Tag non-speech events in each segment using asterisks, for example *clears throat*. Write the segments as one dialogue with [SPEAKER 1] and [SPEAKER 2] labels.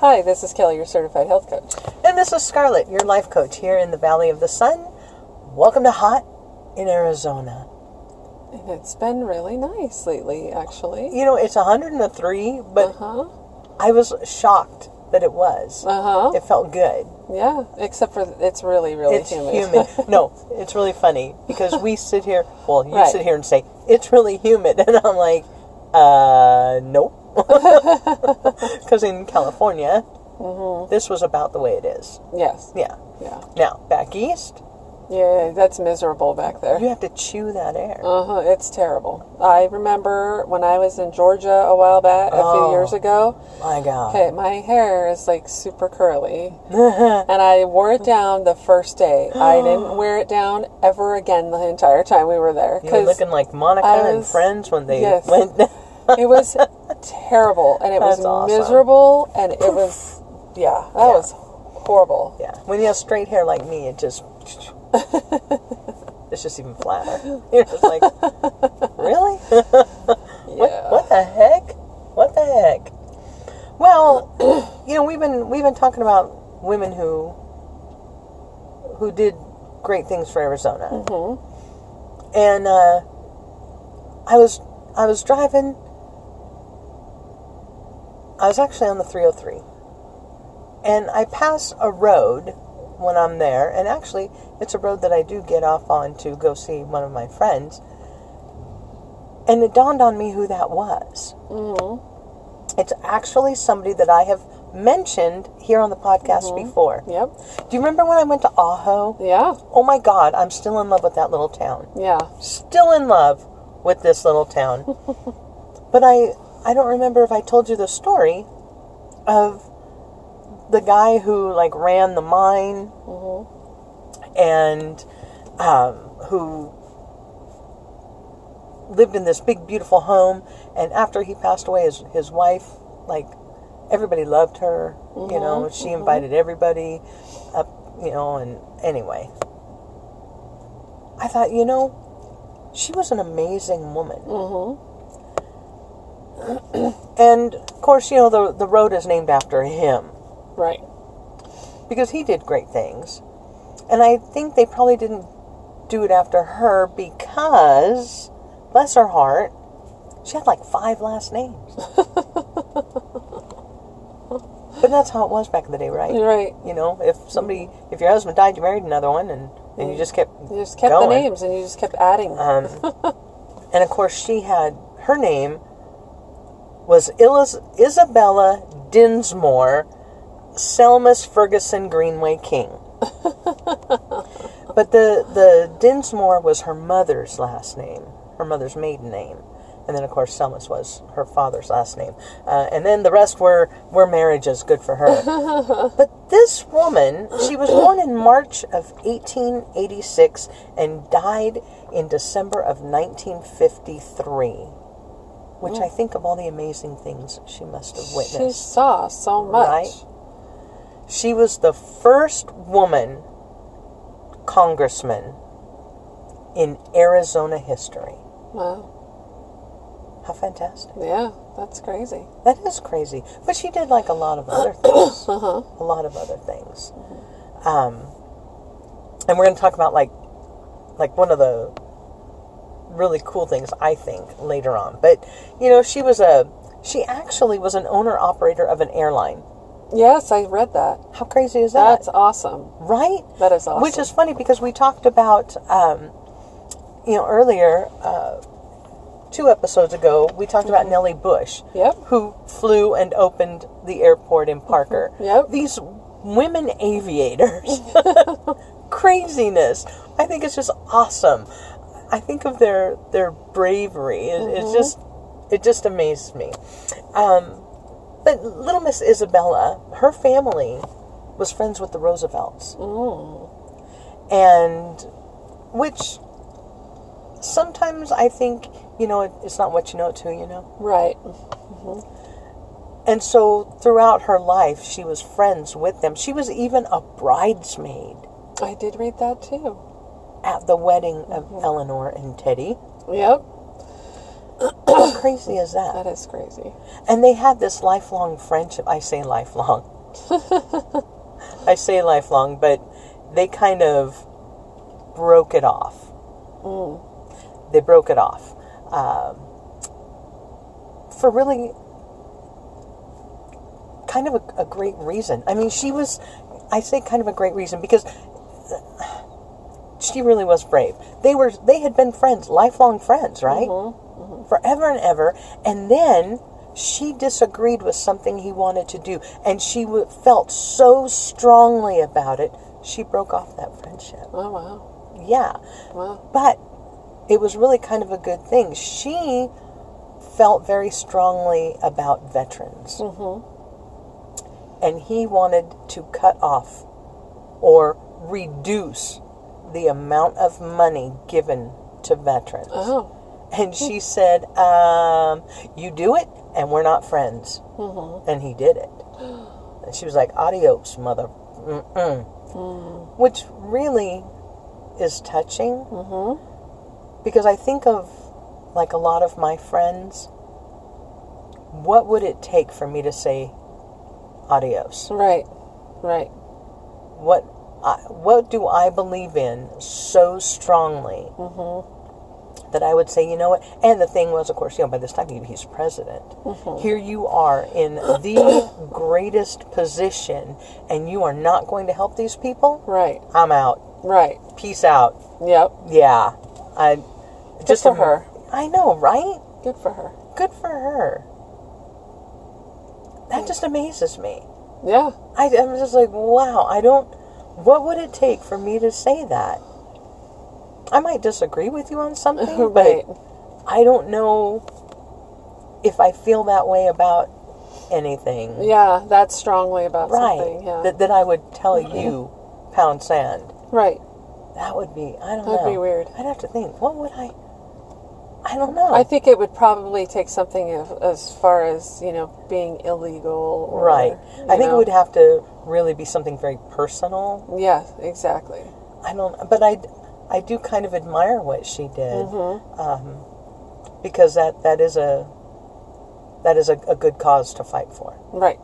[SPEAKER 1] Hi, this is Kelly, your certified health coach.
[SPEAKER 2] And this is Scarlett, your life coach here in the Valley of the Sun. Welcome to Hot in Arizona.
[SPEAKER 1] And it's been really nice lately, actually.
[SPEAKER 2] You know, it's 103, but
[SPEAKER 1] Uh huh.
[SPEAKER 2] I was shocked that it was.
[SPEAKER 1] Uh huh.
[SPEAKER 2] It felt good.
[SPEAKER 1] Yeah, except for it's really, really
[SPEAKER 2] It's
[SPEAKER 1] humid.
[SPEAKER 2] humid. no, it's really funny because we sit here, well, you
[SPEAKER 1] Right.
[SPEAKER 2] sit here and say, it's really humid. *laughs* And I'm like, uh, nope. Because in California, this was about the way it is.
[SPEAKER 1] yes.
[SPEAKER 2] Yeah.
[SPEAKER 1] Yeah.
[SPEAKER 2] Now, back east,
[SPEAKER 1] Yeah, that's miserable back there.
[SPEAKER 2] you have to chew that air.
[SPEAKER 1] Uh huh. It's terrible. I remember when I was in Georgia a while back, a
[SPEAKER 2] Oh.
[SPEAKER 1] few years ago.
[SPEAKER 2] My God.
[SPEAKER 1] Okay, my hair is like super
[SPEAKER 2] *laughs*
[SPEAKER 1] curly, and I wore it down the first day. I didn't wear it down ever again the entire time we were there.
[SPEAKER 2] You were
[SPEAKER 1] 'cause-
[SPEAKER 2] looking like Monica
[SPEAKER 1] I
[SPEAKER 2] and
[SPEAKER 1] was-
[SPEAKER 2] Friends when they
[SPEAKER 1] yes.
[SPEAKER 2] went. *laughs*
[SPEAKER 1] it was terrible and it was
[SPEAKER 2] That's awesome.
[SPEAKER 1] miserable and it
[SPEAKER 2] *laughs*
[SPEAKER 1] was yeah that was horrible
[SPEAKER 2] yeah, when you have straight hair like me,
[SPEAKER 1] *laughs*
[SPEAKER 2] it just it's just even flatter. You're just like, really?
[SPEAKER 1] Yeah.
[SPEAKER 2] What the heck? What the heck? Well, you know we've been we've been talking about women who who did great things for Arizona,
[SPEAKER 1] Mm-hmm.
[SPEAKER 2] and uh, I was I was driving. I was actually on the 303. And I pass a road when I'm there, and actually, it's a road that I do get off on to go see one of my friends. And it dawned on me who that was. Mm-hmm. It's actually somebody that I have mentioned here on the podcast before.
[SPEAKER 1] yep
[SPEAKER 2] Do you remember when I went to Ajo?
[SPEAKER 1] yeah
[SPEAKER 2] Oh my God, I'm still in love with that little town
[SPEAKER 1] yeah
[SPEAKER 2] still in love with this little town. but I I don't remember if I told you the story of the guy who like ran the mine and um, who lived in this big beautiful home and after he passed away his his wife like everybody loved her you know she invited everybody up you know and anyway i thought you know she was an amazing woman. Mm-hmm. *clears throat* and of course, you know the the road is named after him
[SPEAKER 1] right
[SPEAKER 2] because he did great things, and I think they probably didn't do it after her because, bless her heart, she had like five last
[SPEAKER 1] *laughs*
[SPEAKER 2] names. but that's how it was back in the day, right?
[SPEAKER 1] you're right
[SPEAKER 2] You know, if somebody, if your husband died, you married another one, and and you just kept
[SPEAKER 1] you just kept
[SPEAKER 2] going.
[SPEAKER 1] the names and you just kept adding
[SPEAKER 2] Um, and of course, she had her name was Ilis, Isabella Dinsmore Selmas Ferguson Greenway King. but the the Dinsmore was her mother's last name, her mother's maiden name, and then of course Selmas was her father's last name, uh, and then the rest were were marriages. Good for her. but this woman, she was born in March of 1886 and died in December of 1953, which I think of all the amazing things she must have witnessed.
[SPEAKER 1] she saw so much
[SPEAKER 2] Right. She was the first woman congressman in Arizona history.
[SPEAKER 1] wow
[SPEAKER 2] How fantastic.
[SPEAKER 1] yeah that's crazy
[SPEAKER 2] That is crazy. But she did like a lot of other things. A lot of other things. Um, and we're going to talk about like like one of the really cool things I think later on. But you know, she was a she actually was an owner operator of an airline.
[SPEAKER 1] yes I read that
[SPEAKER 2] How crazy is that?
[SPEAKER 1] that's awesome
[SPEAKER 2] right?
[SPEAKER 1] that is awesome
[SPEAKER 2] Which is funny because we talked about, um, you know, earlier, uh, two episodes ago, we talked about Nellie Bush,
[SPEAKER 1] Mm-hmm. Yep.
[SPEAKER 2] who flew and opened the airport in Parker.
[SPEAKER 1] Yep.
[SPEAKER 2] These women aviators. *laughs* Craziness. I think it's just awesome. I think of their their bravery. It, It's just it just amazes me. Um, but little Miss Isabella, her family was friends with the Roosevelts and which sometimes I think you know it, it's not what you know, it's who you know.
[SPEAKER 1] right
[SPEAKER 2] And so throughout her life, she was friends with them. She was even a bridesmaid
[SPEAKER 1] I did read that too
[SPEAKER 2] at the wedding of Eleanor and Teddy.
[SPEAKER 1] yep
[SPEAKER 2] How crazy is that?
[SPEAKER 1] that is crazy
[SPEAKER 2] And they had this lifelong *laughs* friendship. I say lifelong. I say lifelong, but they kind of broke it off. They broke it off um, for really kind of a, a great reason. I mean, she was, I say kind of a great reason because uh, she really was brave. They were they had been friends, lifelong friends, right? Forever and ever. And then she disagreed with something he wanted to do, and she w- felt so strongly about it. She broke off that friendship.
[SPEAKER 1] Oh wow.
[SPEAKER 2] Yeah.
[SPEAKER 1] Wow.
[SPEAKER 2] But it was really kind of a good thing. She felt very strongly about veterans. And he wanted to cut off or reduce the amount of money given to veterans.
[SPEAKER 1] Oh.
[SPEAKER 2] And she said, um, You do it, and we're not friends. And he did it. And she was like, Adios, mother. Mm-mm. Which really is touching. Mm-hmm. Because I think of, like, a lot of my friends, what would it take for me to say adios?
[SPEAKER 1] Right. Right.
[SPEAKER 2] what I, what do I believe in so strongly
[SPEAKER 1] Mm-hmm.
[SPEAKER 2] that I would say, you know what? And the thing was, of course, you know, by this time he- he's president.
[SPEAKER 1] Mm-hmm.
[SPEAKER 2] Here you are
[SPEAKER 1] *coughs*
[SPEAKER 2] in the greatest position, and you are not going to help these people.
[SPEAKER 1] Right.
[SPEAKER 2] I'm out.
[SPEAKER 1] Right.
[SPEAKER 2] Peace out.
[SPEAKER 1] Yep.
[SPEAKER 2] Yeah, I just
[SPEAKER 1] for her.
[SPEAKER 2] I know, right?
[SPEAKER 1] Good for her.
[SPEAKER 2] Good for her.
[SPEAKER 1] Mm.
[SPEAKER 2] That just amazes me.
[SPEAKER 1] Yeah.
[SPEAKER 2] *laughs* I, I'm just like, wow, I don't. What would it take for me to say that? I might disagree with
[SPEAKER 1] *laughs*
[SPEAKER 2] you on something,
[SPEAKER 1] Right.
[SPEAKER 2] but I don't know if I feel that way about anything.
[SPEAKER 1] Yeah. That's strongly about
[SPEAKER 2] right.
[SPEAKER 1] something. Yeah. Mm-hmm.
[SPEAKER 2] That, that I would tell you, pound sand.
[SPEAKER 1] right.
[SPEAKER 2] That would be, I don't know.
[SPEAKER 1] That'd be weird.
[SPEAKER 2] I'd have to think, what would I. I don't know.
[SPEAKER 1] I think it would probably take something of, as far as you know being illegal. Or,
[SPEAKER 2] right.
[SPEAKER 1] you
[SPEAKER 2] I think
[SPEAKER 1] know.
[SPEAKER 2] it would have to really be something very personal.
[SPEAKER 1] Yeah. Exactly.
[SPEAKER 2] I don't, but I, I do kind of admire what she did, um, because that that is a, that is a, a good cause to fight for.
[SPEAKER 1] Right.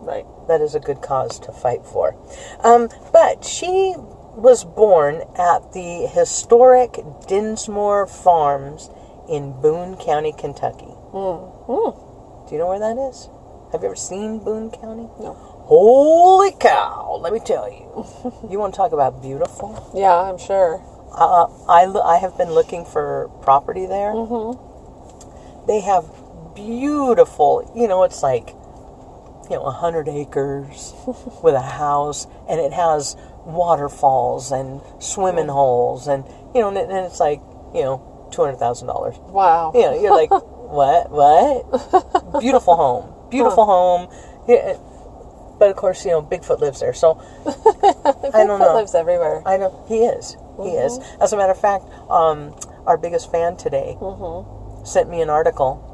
[SPEAKER 1] Right.
[SPEAKER 2] That is a good cause to fight for. Um, but she was born at the historic Dinsmore Farms in Boone County, Kentucky. Do you know where that is? Have you ever seen Boone County?
[SPEAKER 1] No.
[SPEAKER 2] Holy cow! Let me tell you. you want to talk about beautiful?
[SPEAKER 1] Yeah. I'm sure.
[SPEAKER 2] uh, I, lo- I have been looking for property there. They have beautiful, you know, it's like, you know, 100 acres with a house, and it has waterfalls and swimming holes, and, you know, and, it- and it's like, you know, $200,000
[SPEAKER 1] Wow.
[SPEAKER 2] you know, you're like, what, what? Beautiful home, beautiful home. Yeah, but of course, you know, Bigfoot lives there, so I
[SPEAKER 1] Bigfoot
[SPEAKER 2] don't know.
[SPEAKER 1] lives everywhere.
[SPEAKER 2] I know he is. He is. As a matter of fact, um, our biggest fan today sent me an article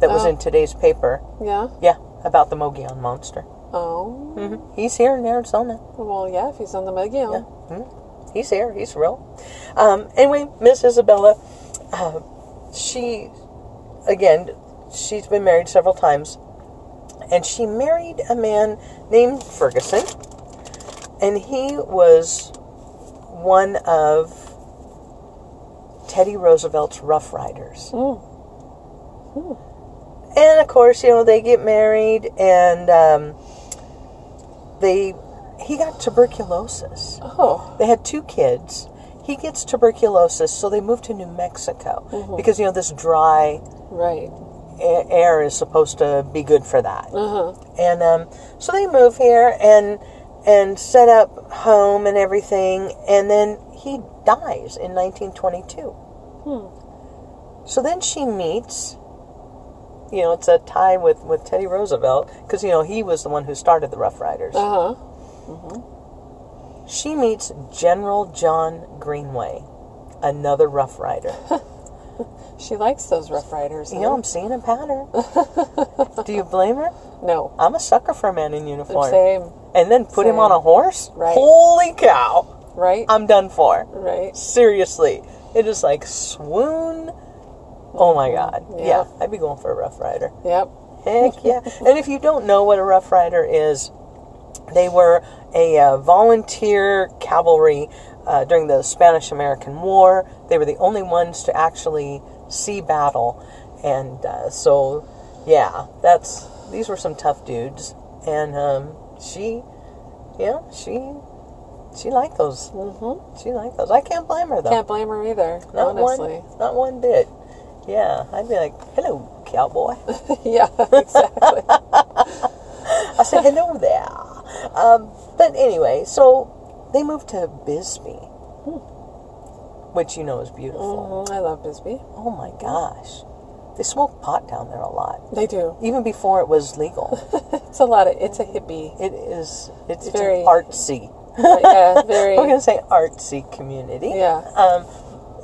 [SPEAKER 2] that was in today's paper.
[SPEAKER 1] yeah.
[SPEAKER 2] Yeah, about the Mogollon monster.
[SPEAKER 1] Oh.
[SPEAKER 2] hmm He's here in Arizona.
[SPEAKER 1] Well, yeah. If he's on the Megion.
[SPEAKER 2] He's here. He's real. Um, anyway, Miss Isabella, uh, she, again, she's been married several times, and she married a man named Ferguson, and he was one of Teddy Roosevelt's Rough Riders. And of course, you know they get married, and um, they he got tuberculosis.
[SPEAKER 1] Oh.
[SPEAKER 2] They had two kids. He gets tuberculosis, so they moved to New Mexico because you know this dry
[SPEAKER 1] Right.
[SPEAKER 2] a- air is supposed to be good for that. And um, so they move here and and set up home and everything, and then he dies in 1922. So then she meets. You know, it's a tie with, with Teddy Roosevelt because, you know, he was the one who started the Rough Riders.
[SPEAKER 1] Uh huh.
[SPEAKER 2] She meets General John Greenway, another
[SPEAKER 1] *laughs*
[SPEAKER 2] Rough Rider.
[SPEAKER 1] She likes those Rough Riders.
[SPEAKER 2] You
[SPEAKER 1] huh?
[SPEAKER 2] know, I'm seeing a pattern. Do you blame her?
[SPEAKER 1] No.
[SPEAKER 2] I'm a sucker for a man in uniform.
[SPEAKER 1] Same.
[SPEAKER 2] And then put him
[SPEAKER 1] Same.
[SPEAKER 2] on a horse?
[SPEAKER 1] Right.
[SPEAKER 2] Holy cow!
[SPEAKER 1] Right.
[SPEAKER 2] I'm done for.
[SPEAKER 1] right.
[SPEAKER 2] Seriously. It is like swoon. Oh my god.
[SPEAKER 1] Yeah.
[SPEAKER 2] Yeah, I'd be going for a Rough Rider.
[SPEAKER 1] Yep.
[SPEAKER 2] Heck yeah. and if you don't know what a Rough Rider is, They were a uh, volunteer cavalry uh, during the Spanish American War. They were the only ones to actually see battle. And uh, so, yeah, that's these were some tough dudes. And um, she, yeah, she, she liked those. Mm-hmm. She liked those. I can't blame her though.
[SPEAKER 1] Can't blame her either,
[SPEAKER 2] not
[SPEAKER 1] honestly.
[SPEAKER 2] one, not one bit. Yeah, I'd be like, hello, cowboy. *laughs*
[SPEAKER 1] yeah, exactly.
[SPEAKER 2] I said, hello there. Um, but anyway, so they moved to Bisbee, which you know is beautiful.
[SPEAKER 1] Mhm, I love Bisbee.
[SPEAKER 2] Oh my gosh. They smoke pot down there a lot,
[SPEAKER 1] They do.
[SPEAKER 2] even before it was legal.
[SPEAKER 1] *laughs* It's a lot of, it's a hippie,
[SPEAKER 2] it is, it's, it's
[SPEAKER 1] Very-
[SPEAKER 2] an artsy.
[SPEAKER 1] but yeah,
[SPEAKER 2] *laughs*
[SPEAKER 1] very,
[SPEAKER 2] We're going to say artsy community.
[SPEAKER 1] Yeah.
[SPEAKER 2] Um,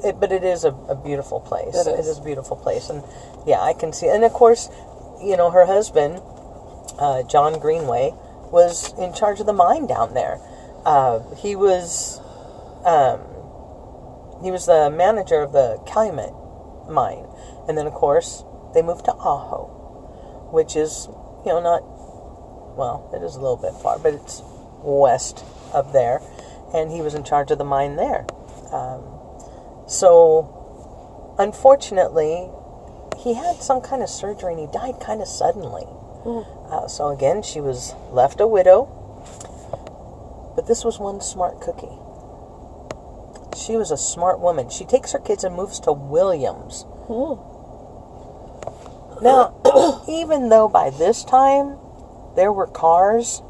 [SPEAKER 2] it, but it is a, a beautiful place.
[SPEAKER 1] It is.
[SPEAKER 2] It is a beautiful place. And yeah, I can see. And of course, you know, her husband, uh, John Greenway, was in charge of the mine down there. Uh, he was, um, he was the manager of the Calumet mine, and then of course they moved to Ajo, which is you know not, well, it is a little bit far, but it's west of there, and he was in charge of the mine there. Um, so, unfortunately, he had some kind of surgery and he died kind of suddenly. Uh, so, again, she was left a widow. But this was one smart cookie. She was a smart woman. She takes her kids and moves to Williams. Now, *coughs* even though by this time there were cars,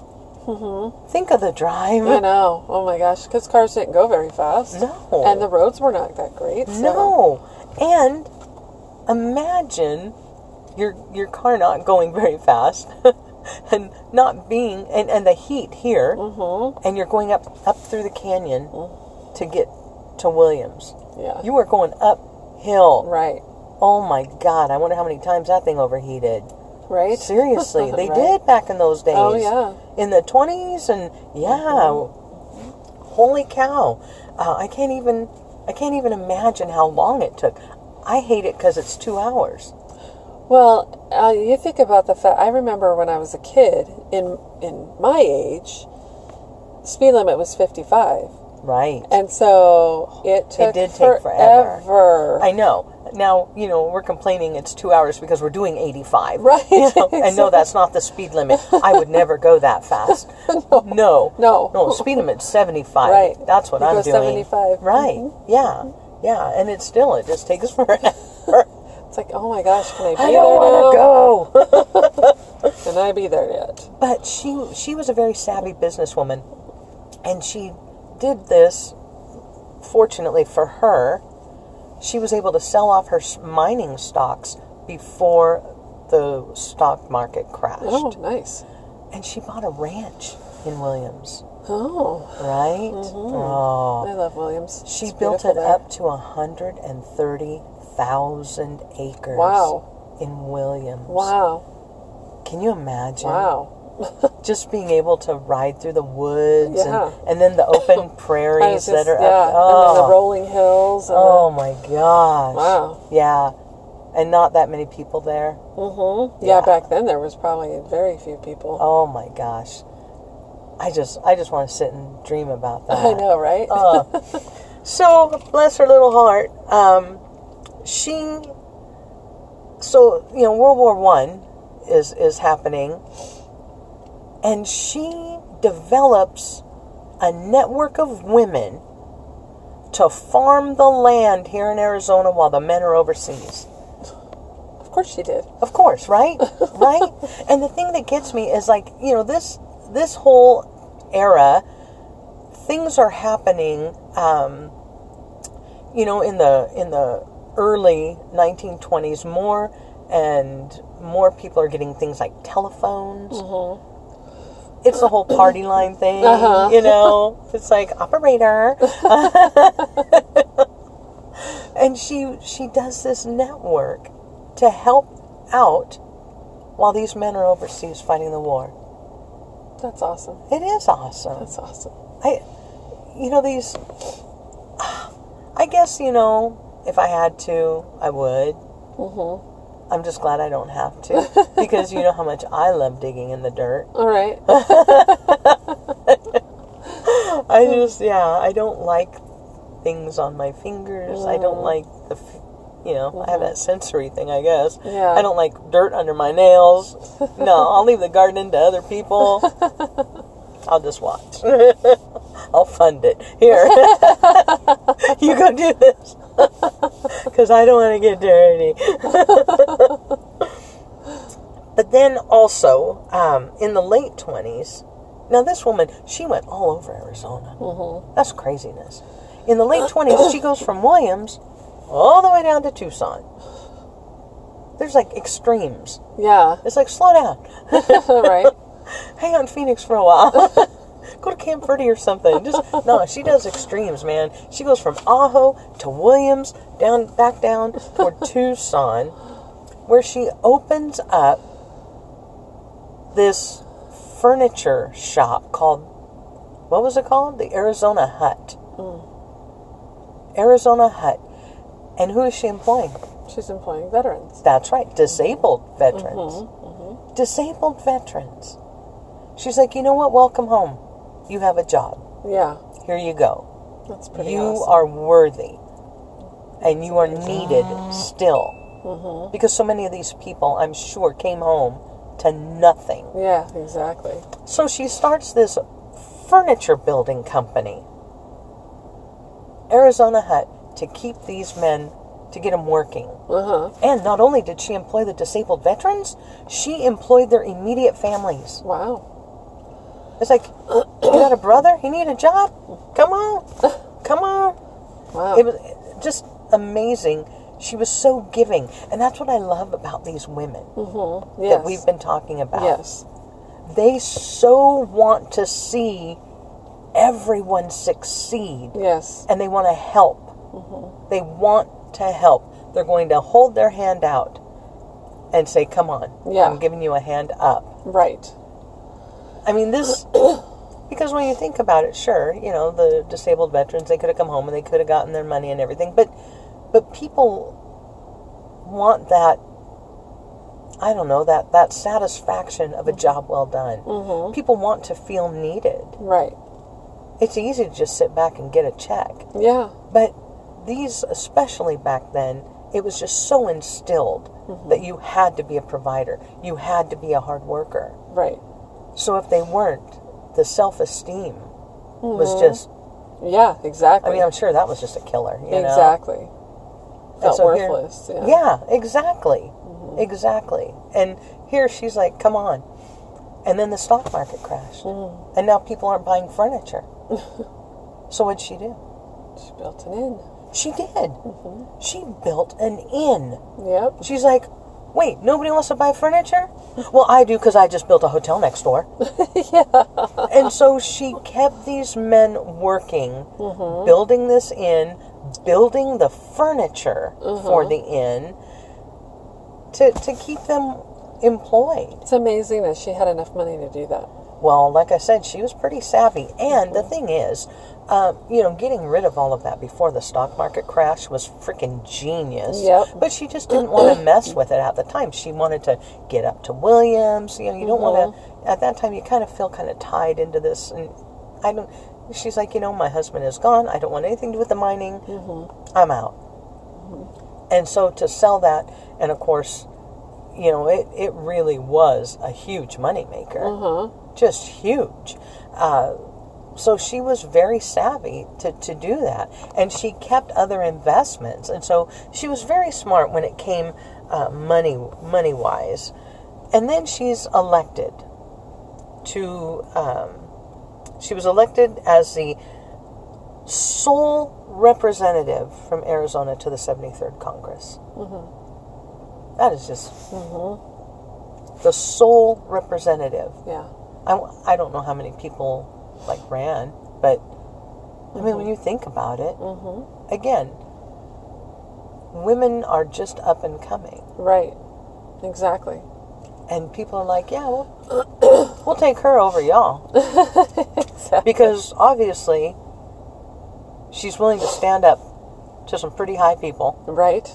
[SPEAKER 2] think of the
[SPEAKER 1] *laughs*
[SPEAKER 2] drive.
[SPEAKER 1] I know. Oh my gosh, because cars didn't go very fast.
[SPEAKER 2] No.
[SPEAKER 1] And the roads were not that great. so-
[SPEAKER 2] No. And imagine your your car not going *laughs* very fast and not being and, and the heat here and you're going up up through the canyon to get to Williams.
[SPEAKER 1] Yeah.
[SPEAKER 2] You are going uphill.
[SPEAKER 1] Right.
[SPEAKER 2] Oh my god, I wonder how many times that thing overheated.
[SPEAKER 1] Right. *laughs*
[SPEAKER 2] Seriously, they
[SPEAKER 1] Right.
[SPEAKER 2] did back in those days.
[SPEAKER 1] Oh, yeah.
[SPEAKER 2] In the 20s and yeah.
[SPEAKER 1] Mm-hmm.
[SPEAKER 2] Holy cow. Uh, I can't even I can't even imagine how long it took. I hate it cuz it's 2 hours.
[SPEAKER 1] Well, uh, you think about the fact. I remember when I was a kid, in in my age, speed limit was fifty five,
[SPEAKER 2] Right.
[SPEAKER 1] and so it took
[SPEAKER 2] did take forever.
[SPEAKER 1] forever.
[SPEAKER 2] I know. Now, you know, we're complaining it's 2 hours because we're doing 85.
[SPEAKER 1] Right,
[SPEAKER 2] *laughs* You
[SPEAKER 1] *laughs*
[SPEAKER 2] know, And no, that's not the speed limit. I would never go that fast. no. No.
[SPEAKER 1] *laughs* No.
[SPEAKER 2] speed limit's 75.
[SPEAKER 1] Right.
[SPEAKER 2] That's what
[SPEAKER 1] You
[SPEAKER 2] I'm
[SPEAKER 1] go
[SPEAKER 2] doing.
[SPEAKER 1] 75.
[SPEAKER 2] Right.
[SPEAKER 1] Mhm.
[SPEAKER 2] Yeah. Yeah, and it still it just takes *laughs* forever.
[SPEAKER 1] it's like, oh my gosh, can I be
[SPEAKER 2] I
[SPEAKER 1] there
[SPEAKER 2] don't want to
[SPEAKER 1] now?
[SPEAKER 2] go. *laughs*
[SPEAKER 1] Can I be there yet?
[SPEAKER 2] But she she was a very savvy businesswoman, and she did this. Fortunately for her, she was able to sell off her s- mining stocks before the stock market crashed,
[SPEAKER 1] Oh, nice.
[SPEAKER 2] and she bought a ranch in Williams.
[SPEAKER 1] Oh,
[SPEAKER 2] Right? Oh.
[SPEAKER 1] I love Williams.
[SPEAKER 2] She
[SPEAKER 1] It's
[SPEAKER 2] built
[SPEAKER 1] beautiful
[SPEAKER 2] it
[SPEAKER 1] there.
[SPEAKER 2] up to 130,000 acres
[SPEAKER 1] Wow.
[SPEAKER 2] in Williams.
[SPEAKER 1] Wow!
[SPEAKER 2] Can you imagine?
[SPEAKER 1] Wow!
[SPEAKER 2] just being able to ride through the woods
[SPEAKER 1] Yeah.
[SPEAKER 2] and, and then the open
[SPEAKER 1] *laughs* I
[SPEAKER 2] prairies
[SPEAKER 1] was just-
[SPEAKER 2] that are
[SPEAKER 1] yeah,
[SPEAKER 2] up.
[SPEAKER 1] and then
[SPEAKER 2] Oh,
[SPEAKER 1] the rolling hills. And
[SPEAKER 2] oh my gosh.
[SPEAKER 1] Wow.
[SPEAKER 2] Yeah. And not that many people there.
[SPEAKER 1] hmm yeah,
[SPEAKER 2] yeah.
[SPEAKER 1] back then there was probably very few people.
[SPEAKER 2] Oh my gosh. I just I just want to sit and dream about that.
[SPEAKER 1] I know, right?
[SPEAKER 2] Oh. So bless her little heart. Um, she. So you know, World War One is is happening, and she develops a network of women to farm the land here in Arizona while the men are overseas.
[SPEAKER 1] *laughs* of course she did.
[SPEAKER 2] Of course, right? right? And the thing that gets me is like, you know, this this whole era things are happening um you know in the in the early 1920s more and more people are getting things like telephones. It's the whole party line thing, you know. It's like operator. and she she does this network to help out while these men are overseas fighting the war.
[SPEAKER 1] That's awesome.
[SPEAKER 2] It is awesome.
[SPEAKER 1] That's awesome.
[SPEAKER 2] I, you know, these. I guess you know if I had to, I would.
[SPEAKER 1] Mm-hmm.
[SPEAKER 2] I'm just glad I don't have to because you know how much I love digging in the dirt.
[SPEAKER 1] All right.
[SPEAKER 2] I just, yeah, I don't like things on my fingers. I don't like the, f- you know, I have that sensory thing, I guess.
[SPEAKER 1] Yeah.
[SPEAKER 2] I don't like dirt under my nails. no, I'll leave the gardening to other people. I'll just watch. *laughs* I'll fund it. Here. *laughs* you go do this. *laughs* Because I don't want to get dirty. but then also, um, in the late 20s, now this woman, she went all over Arizona. That's craziness. In the late 20s, she goes from Williams all the way down to Tucson. There's like extremes.
[SPEAKER 1] *laughs* Yeah. *laughs*
[SPEAKER 2] It's like, slow down
[SPEAKER 1] right.
[SPEAKER 2] hang out in Phoenix for a while. *laughs* Go to Camp Verde or something. Just no, she does extremes, man. She goes from Ajo to Williams, down back down toward Tucson, where she opens up this furniture shop called what was it called? The Arizona Hut. Arizona Hut. And who is she employing?
[SPEAKER 1] She's employing veterans.
[SPEAKER 2] That's right, disabled veterans.
[SPEAKER 1] Mm-hmm,
[SPEAKER 2] Disabled veterans. She's like, you know what? Welcome home. You have a job.
[SPEAKER 1] Yeah.
[SPEAKER 2] Here you go.
[SPEAKER 1] That's pretty
[SPEAKER 2] you
[SPEAKER 1] awesome.
[SPEAKER 2] are worthy, and you are needed still.
[SPEAKER 1] Mm-hmm.
[SPEAKER 2] Because so many of these people, I'm sure, came home to nothing.
[SPEAKER 1] yeah, exactly.
[SPEAKER 2] So she starts this furniture building company, Arizona Hut, to keep these men, to get them working.
[SPEAKER 1] Uh huh.
[SPEAKER 2] And not only did she employ the disabled veterans, she employed their immediate families.
[SPEAKER 1] Wow. *coughs*
[SPEAKER 2] It's like, you got a brother? He need a job? Come on. Come on.
[SPEAKER 1] Wow.
[SPEAKER 2] It was just amazing. She was so giving. And that's what I love about these women
[SPEAKER 1] mm-hmm.
[SPEAKER 2] that
[SPEAKER 1] Yes.
[SPEAKER 2] we've been talking about.
[SPEAKER 1] yes.
[SPEAKER 2] They so want to see everyone succeed
[SPEAKER 1] Yes.
[SPEAKER 2] and they want to help. They want to help. They're going to hold their hand out and say, "Come on,
[SPEAKER 1] Yeah.
[SPEAKER 2] I'm giving you a hand up."
[SPEAKER 1] Right.
[SPEAKER 2] I mean, this *coughs* because when you think about it, sure, you know, the disabled veterans they could have come home and they could have gotten their money and everything, but but people want that. I don't know that that satisfaction of a job well done. People want to feel needed.
[SPEAKER 1] Right.
[SPEAKER 2] It's easy to just sit back and get a check.
[SPEAKER 1] Yeah.
[SPEAKER 2] But these, especially back then, it was just so instilled that you had to be a provider, you had to be a hard worker.
[SPEAKER 1] Right.
[SPEAKER 2] So if they weren't, the self esteem
[SPEAKER 1] Mm-hmm.
[SPEAKER 2] was just,
[SPEAKER 1] Yeah. Exactly.
[SPEAKER 2] I mean, I'm sure that was just a killer, you know?
[SPEAKER 1] exactly.
[SPEAKER 2] And
[SPEAKER 1] Felt
[SPEAKER 2] so here-
[SPEAKER 1] worthless. yeah. Mm-hmm.
[SPEAKER 2] yeah. exactly. Exactly. And here she's like, come on. And then the stock market crashed.
[SPEAKER 1] Mm-hmm.
[SPEAKER 2] And now people aren't
[SPEAKER 1] *laughs*
[SPEAKER 2] buying furniture. so what'd she do?
[SPEAKER 1] She built it in.
[SPEAKER 2] She did.
[SPEAKER 1] Mm-hmm.
[SPEAKER 2] She built an inn.
[SPEAKER 1] Yep.
[SPEAKER 2] She's like, wait, nobody wants to buy furniture? Well, I do because I just built a hotel next door. yeah. And so she kept these men working, building this inn, building the furniture for the inn to, to keep them employed.
[SPEAKER 1] It's amazing that she had enough money to do that.
[SPEAKER 2] Well, like I said, she was pretty savvy. And the thing is, uh, you know, getting rid of all of that before the stock market crash was freaking genius.
[SPEAKER 1] Yep.
[SPEAKER 2] But she just didn't want to mess with it at the time. She wanted to get up to Williams. You know, you don't want to, at that time, you kind of feel kind of tied into this. And I don't, she's like, you know, my husband is gone. I don't want anything to do with the mining. I'm out. And so to sell that, and of course, you know, it, it really was a huge moneymaker. Just huge. Uh, so she was very savvy to, to do that. And she kept other investments. And so she was very smart when it came uh, money money wise. And then she's elected to, um, she was elected as the sole representative from Arizona to the 73rd Congress. That is just the sole representative.
[SPEAKER 1] Yeah.
[SPEAKER 2] I, I don't know how many people like ran, but I mean, when you think about it, again, women are just up and coming,
[SPEAKER 1] Right. Exactly.
[SPEAKER 2] and people are like, yeah, well, we'll *coughs* take her over y'all
[SPEAKER 1] Exactly.
[SPEAKER 2] because obviously she's willing to stand up to some pretty high people.
[SPEAKER 1] Right.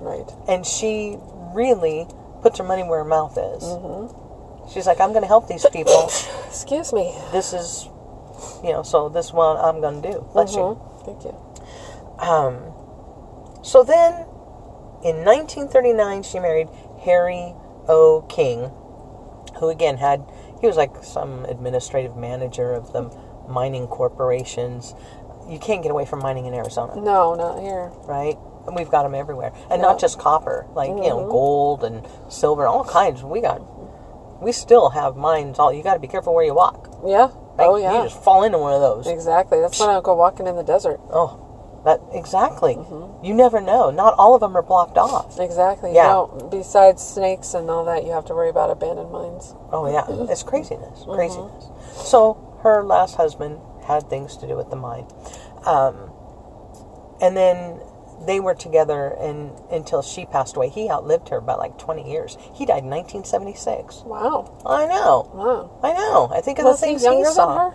[SPEAKER 1] Right.
[SPEAKER 2] and she really puts her money where her mouth is. She's like, I'm going to help these people.
[SPEAKER 1] Excuse me.
[SPEAKER 2] This is you know, so this one I'm going to do. Bless you.
[SPEAKER 1] Thank you.
[SPEAKER 2] Um, so then, in 1939, she married Harry O. King, who again had he was like some administrative manager of the mining corporations. You can't get away from mining in Arizona,
[SPEAKER 1] No, not here.
[SPEAKER 2] right? And we've got them everywhere, and not just copper, like you
[SPEAKER 1] Mm-hmm.
[SPEAKER 2] know, gold and silver, all kinds. We got, we still have mines. All you got to be careful where you walk.
[SPEAKER 1] Yeah.
[SPEAKER 2] right?
[SPEAKER 1] oh yeah.
[SPEAKER 2] you just fall into one of those.
[SPEAKER 1] exactly. That's when I go walking in the desert.
[SPEAKER 2] Oh, that exactly.
[SPEAKER 1] Mm-hmm.
[SPEAKER 2] You never know. Not all of them are blocked off.
[SPEAKER 1] Exactly.
[SPEAKER 2] Yeah.
[SPEAKER 1] No, besides snakes and all that, you have to worry about abandoned mines.
[SPEAKER 2] Oh
[SPEAKER 1] Mm-hmm.
[SPEAKER 2] yeah, it's craziness, craziness. So her last husband had things to do with the mine, um, and then they were together and until she passed away. He outlived her by like twenty years. He died in 1976.
[SPEAKER 1] Wow.
[SPEAKER 2] I know,
[SPEAKER 1] Wow.
[SPEAKER 2] I know. I think of
[SPEAKER 1] Was
[SPEAKER 2] the
[SPEAKER 1] he
[SPEAKER 2] things
[SPEAKER 1] younger
[SPEAKER 2] saw.
[SPEAKER 1] than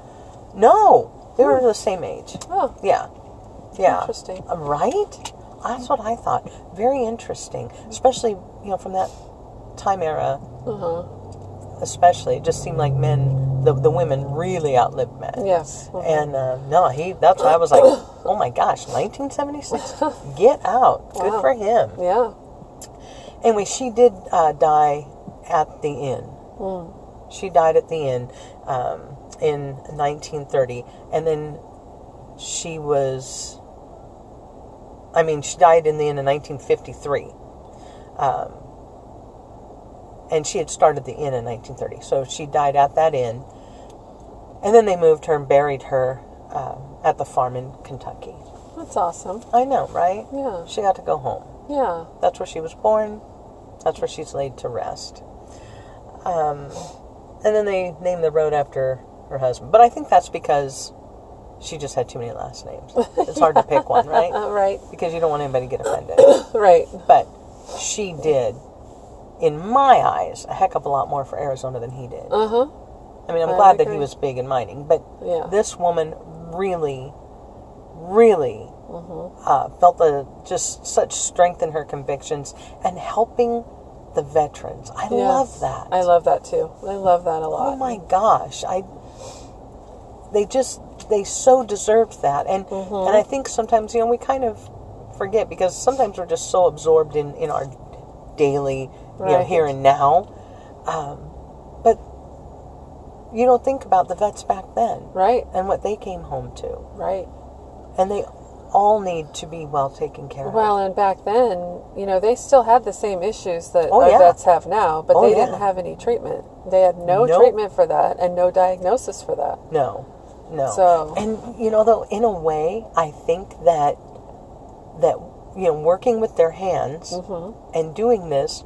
[SPEAKER 1] her?
[SPEAKER 2] No, they were the same age.
[SPEAKER 1] Oh.
[SPEAKER 2] Yeah. Yeah.
[SPEAKER 1] Interesting.
[SPEAKER 2] Uh, Right? That's what I thought. Very interesting. Especially, you know, from that time era.
[SPEAKER 1] Mm-hmm.
[SPEAKER 2] Especially, it just seemed like men, the, the women really outlived men.
[SPEAKER 1] Yes. Mhm.
[SPEAKER 2] And uh, no, he, that's why
[SPEAKER 1] *coughs*
[SPEAKER 2] I was like, oh my
[SPEAKER 1] *laughs*
[SPEAKER 2] gosh, 1976? Get out. Good
[SPEAKER 1] Wow.
[SPEAKER 2] for him.
[SPEAKER 1] Yeah.
[SPEAKER 2] Anyway, she did uh, die at the inn. She died at the inn um, in 1930, and then she was. I mean, she died in the inn in 1953, um, and she had started the inn in 1930. So she died at that inn, and then they moved her and buried her um, at the farm in Kentucky.
[SPEAKER 1] That's awesome.
[SPEAKER 2] I know, right?
[SPEAKER 1] Yeah.
[SPEAKER 2] She got to go home.
[SPEAKER 1] Yeah.
[SPEAKER 2] That's where she was born. That's where she's laid to rest. Um, and then they named the road after her husband. But I think that's because she just had too many last names. It's hard to pick one, right?
[SPEAKER 1] Uh, right.
[SPEAKER 2] Because you don't want anybody to get offended.
[SPEAKER 1] Right.
[SPEAKER 2] But she did, in my eyes, a heck of a lot more for Arizona than he did.
[SPEAKER 1] Uh huh.
[SPEAKER 2] I mean, I'm
[SPEAKER 1] I
[SPEAKER 2] glad that he
[SPEAKER 1] agree.
[SPEAKER 2] was big in mining, but
[SPEAKER 1] Yeah.
[SPEAKER 2] this woman really, really
[SPEAKER 1] Mm-hmm.
[SPEAKER 2] uh, felt the, just such strength in her convictions and helping the veterans. I love
[SPEAKER 1] Yes.
[SPEAKER 2] that.
[SPEAKER 1] I love that too. I love that a lot.
[SPEAKER 2] oh my gosh, I they just they so deserved that, and and I think sometimes you know we kind of forget because sometimes we're just so absorbed in in our daily you know
[SPEAKER 1] Right.
[SPEAKER 2] here and now, um, but you don't think about the vets back then
[SPEAKER 1] Right.
[SPEAKER 2] and what they came home to,
[SPEAKER 1] Right.
[SPEAKER 2] and they all need to be well taken care of.
[SPEAKER 1] Well, and back then, you know, they still had the same issues that
[SPEAKER 2] Oh,
[SPEAKER 1] our
[SPEAKER 2] yeah.
[SPEAKER 1] vets have now, but
[SPEAKER 2] Oh,
[SPEAKER 1] they
[SPEAKER 2] yeah.
[SPEAKER 1] didn't have any treatment. They had no
[SPEAKER 2] Nope.
[SPEAKER 1] treatment for that and no diagnosis for that.
[SPEAKER 2] No, no.
[SPEAKER 1] So-
[SPEAKER 2] and you know, though, in a way, I think that that you know, working with their hands
[SPEAKER 1] Mm-hmm.
[SPEAKER 2] and doing this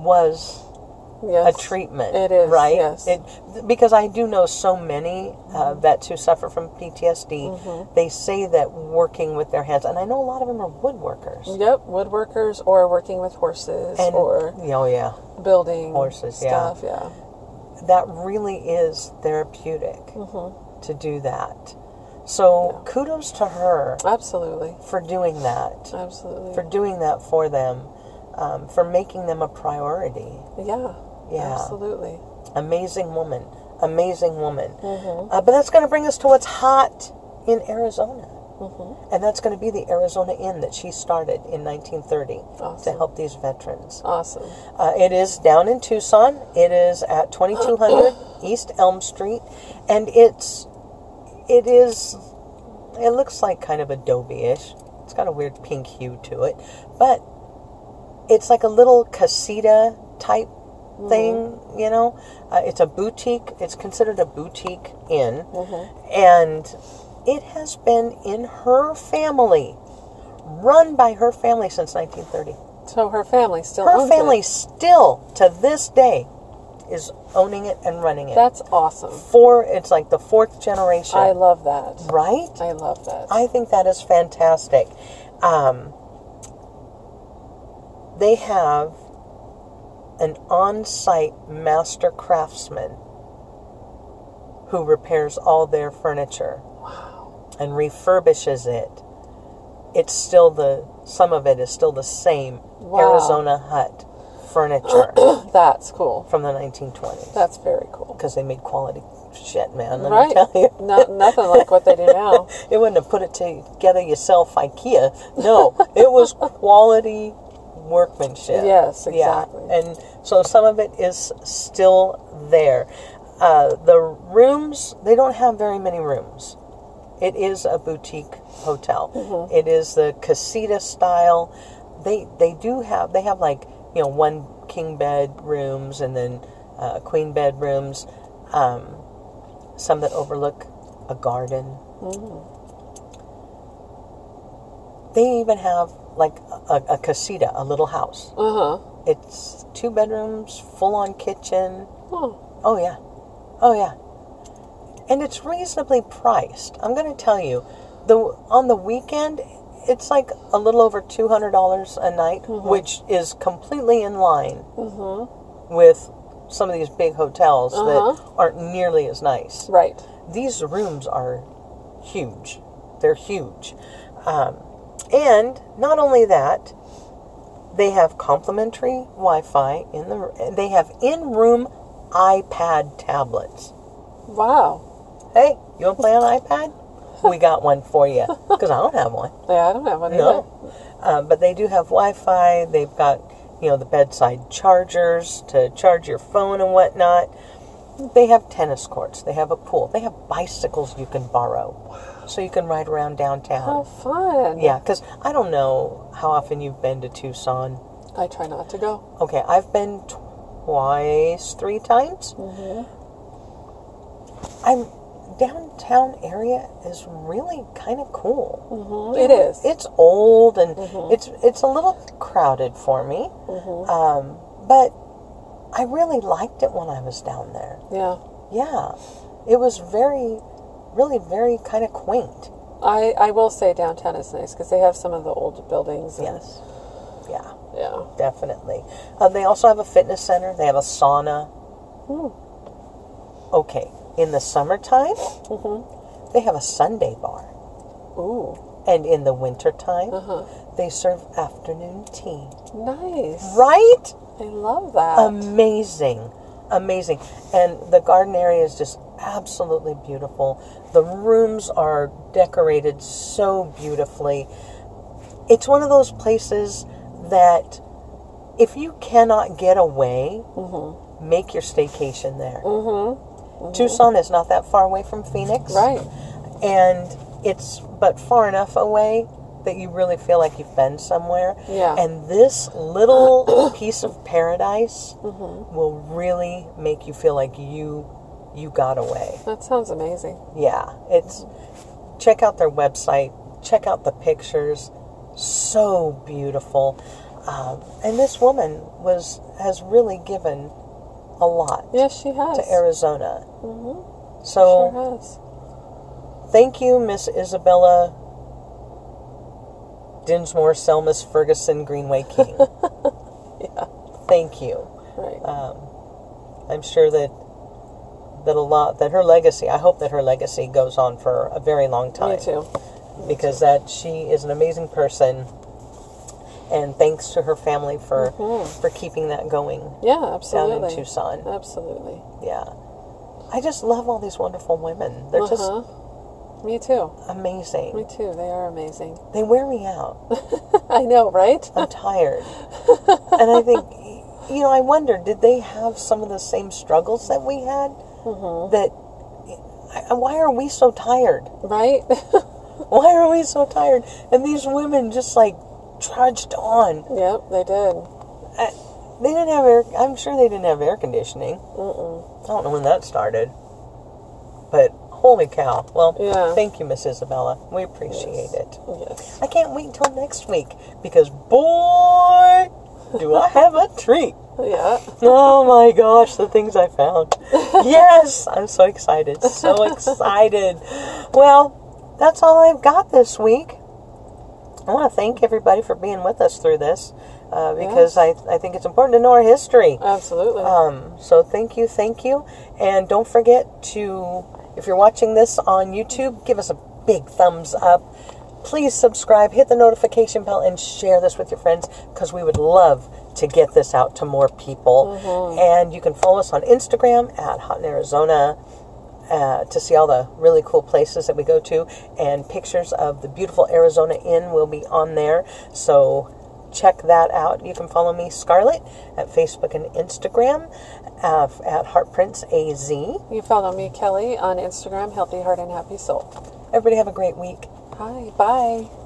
[SPEAKER 2] was
[SPEAKER 1] Yes.
[SPEAKER 2] a treatment.
[SPEAKER 1] It is,
[SPEAKER 2] right.
[SPEAKER 1] yes. Mm-hmm.
[SPEAKER 2] It, because I do know so many uh, vets who suffer from PTSD. They say that working with their hands, and I know a lot of them are woodworkers.
[SPEAKER 1] Yep, woodworkers or working with horses
[SPEAKER 2] And,
[SPEAKER 1] or
[SPEAKER 2] oh yeah,
[SPEAKER 1] building
[SPEAKER 2] Horses, yeah.
[SPEAKER 1] stuff. Yeah.
[SPEAKER 2] that really is therapeutic
[SPEAKER 1] Mm-hmm.
[SPEAKER 2] to do that. So kudos to her
[SPEAKER 1] Absolutely.
[SPEAKER 2] for doing that.
[SPEAKER 1] Absolutely.
[SPEAKER 2] for doing that for them, um, for making them a priority.
[SPEAKER 1] yeah.
[SPEAKER 2] Yeah.
[SPEAKER 1] Absolutely.
[SPEAKER 2] Amazing woman, amazing woman. Uh, but that's going to bring us to what's hot in Arizona. And that's going to be the Arizona Inn that she started in 1930 to
[SPEAKER 1] Awesome.
[SPEAKER 2] help these veterans.
[SPEAKER 1] Awesome.
[SPEAKER 2] Uh, it is down in Tucson. It is at 2200 East Elm Street, and it's it is it looks like kind of adobe-ish. It's got a weird pink hue to it, but it's like a little casita type thing. You know, uh, it's a boutique. It's considered a boutique inn, and it has been in her family, run by her family since 1930
[SPEAKER 1] So her family still
[SPEAKER 2] her
[SPEAKER 1] owns
[SPEAKER 2] family
[SPEAKER 1] it.
[SPEAKER 2] still to this day is owning it and running it.
[SPEAKER 1] That's awesome.
[SPEAKER 2] Four, it's like the fourth generation,
[SPEAKER 1] I love that.
[SPEAKER 2] right?
[SPEAKER 1] I love that.
[SPEAKER 2] I think that is fantastic. Um, they have an on-site master craftsman who repairs all their furniture and refurbishes it. It's still the some of it is still the same
[SPEAKER 1] Wow.
[SPEAKER 2] Arizona hut furniture *clears throat*
[SPEAKER 1] That's cool.
[SPEAKER 2] from the 1920s
[SPEAKER 1] That's very cool.
[SPEAKER 2] because they made quality shit, man. Let
[SPEAKER 1] right?
[SPEAKER 2] me tell
[SPEAKER 1] *laughs*
[SPEAKER 2] you.
[SPEAKER 1] No, nothing like what they do
[SPEAKER 2] *laughs*
[SPEAKER 1] now.
[SPEAKER 2] It wouldn't have put it together yourself, IKEA. No, it was
[SPEAKER 1] *laughs*
[SPEAKER 2] quality workmanship.
[SPEAKER 1] Yes,
[SPEAKER 2] Yeah.
[SPEAKER 1] exactly.
[SPEAKER 2] And so some of it is still there. Uh, the rooms, they don't have very many rooms. It is a boutique hotel.
[SPEAKER 1] Mm-hmm.
[SPEAKER 2] It is the casita style. They they do have they have like you know one king bed rooms and then uh, queen bed rooms. Um, some that overlook a garden. They even have like a, a casita, a little house.
[SPEAKER 1] Uh huh.
[SPEAKER 2] It's two bedrooms, full on kitchen.
[SPEAKER 1] Oh,
[SPEAKER 2] Oh, yeah. Oh, yeah. And it's reasonably priced. I'm going to tell you, the on the weekend, it's like a little over $200 a night, which is completely in line with some of these big hotels that aren't nearly as nice
[SPEAKER 1] right.
[SPEAKER 2] these rooms are huge. They're huge. Um, and not only that, they have complimentary Wi Fi in the They have in room iPad tablets.
[SPEAKER 1] Wow.
[SPEAKER 2] Hey, you want to play on iPad? We got one for you because I don't have one.
[SPEAKER 1] Yeah, I don't have one
[SPEAKER 2] No. Uh, but they do have Wi Fi. They've got, you know, the bedside chargers to charge your phone and whatnot. They have tennis courts. They have a pool. They have bicycles you can borrow. So you can ride around
[SPEAKER 1] either. How
[SPEAKER 2] downtown.
[SPEAKER 1] fun.
[SPEAKER 2] Yeah, because I don't know how often you've been to Tucson.
[SPEAKER 1] I try not to go.
[SPEAKER 2] Okay, I've been twice, three times. I'm downtown area is really kind of cool.
[SPEAKER 1] It is.
[SPEAKER 2] It's old and it's it's a little crowded for me, um, but I really liked it when I was down there.
[SPEAKER 1] yeah.
[SPEAKER 2] Yeah, it was very, really very kind of quaint.
[SPEAKER 1] I, I will say downtown is nice because they have some of the old buildings. and-
[SPEAKER 2] Yes, yeah,
[SPEAKER 1] Yeah.
[SPEAKER 2] definitely. Uh, they also have a fitness center. They have a sauna. Okay, in the summertime, they have a Sunday bar,
[SPEAKER 1] Ooh.
[SPEAKER 2] and in the wintertime,
[SPEAKER 1] Uh-huh.
[SPEAKER 2] they serve afternoon tea.
[SPEAKER 1] Nice.
[SPEAKER 2] Right.
[SPEAKER 1] I love that.
[SPEAKER 2] Um, amazing amazing and the garden area is just absolutely beautiful the rooms are decorated so beautifully it's one of those places that if you cannot get away make your staycation there mm-hmm. tucson is not that far away from phoenix
[SPEAKER 1] right.
[SPEAKER 2] and it's but far enough away that you really feel like you've been somewhere.
[SPEAKER 1] Yeah.
[SPEAKER 2] And this little *coughs* piece of paradise
[SPEAKER 1] Mm-hmm.
[SPEAKER 2] will really make you feel like you you got away.
[SPEAKER 1] That sounds amazing.
[SPEAKER 2] Yeah. It's check out their website. Check out the pictures. So beautiful. Um, and this woman was has really given a lot
[SPEAKER 1] Yes, she has.
[SPEAKER 2] to Arizona. Mm-hmm. So
[SPEAKER 1] Sure has.
[SPEAKER 2] Thank you, Miss Isabella Dinsmore Selmas Ferguson Greenway
[SPEAKER 1] *laughs*
[SPEAKER 2] King. Thank you. Um,
[SPEAKER 1] Right.
[SPEAKER 2] Uh, I'm sure that that a lot that her legacy. I hope that her legacy goes on for a very long time
[SPEAKER 1] Me too.
[SPEAKER 2] because that she is an amazing person. And thanks to her family for for keeping that going
[SPEAKER 1] Yeah,
[SPEAKER 2] down
[SPEAKER 1] Mm-hmm. absolutely.
[SPEAKER 2] in Tucson.
[SPEAKER 1] Absolutely.
[SPEAKER 2] Yeah. I just love all these wonderful women. They're
[SPEAKER 1] Uh-huh. Me too.
[SPEAKER 2] just amazing.
[SPEAKER 1] Me too. They are amazing. *laughs*
[SPEAKER 2] They wear me out.
[SPEAKER 1] I know, right?
[SPEAKER 2] I'm tired. and I think, you know, I wonder, did they have some of the same struggles that we had?
[SPEAKER 1] Mm-hmm.
[SPEAKER 2] That I- why are we so tired? *laughs*
[SPEAKER 1] Right? *laughs*
[SPEAKER 2] Why are we so tired? And these women just like trudged on.
[SPEAKER 1] yep, they did.
[SPEAKER 2] I, they didn't have air. I'm sure they didn't have air conditioning. I don't know when that started, but holy cow! Well,
[SPEAKER 1] Yeah.
[SPEAKER 2] thank you, Miss Isabella. We appreciate it.
[SPEAKER 1] Yes.
[SPEAKER 2] I can't wait until next week because boy, do I have a treat.
[SPEAKER 1] Yeah.
[SPEAKER 2] Oh my gosh, the things I found. Yes, I'm so excited. So excited. Well, that's all I've got this week. I want to thank everybody for being with us through this uh, because I, I think it's important to know our history.
[SPEAKER 1] Absolutely.
[SPEAKER 2] Um, so thank you, thank you. And don't forget to, if you're watching this on YouTube, give us a big thumbs up. Please subscribe, hit the notification bell, and share this with your friends because we would love to get this out to more people. And you can follow us on Instagram at Hot in Arizona, uh, to see all the really cool places that we go to, and pictures of the beautiful Arizona Inn will be on there. So check that out. You can follow me, Scarlett, at Facebook and Instagram uh, at Heartprints AZ.
[SPEAKER 1] You follow me, Kelly, on Instagram, Healthy Heart and Happy Soul.
[SPEAKER 2] Everybody have a great week.
[SPEAKER 1] Hi, bye.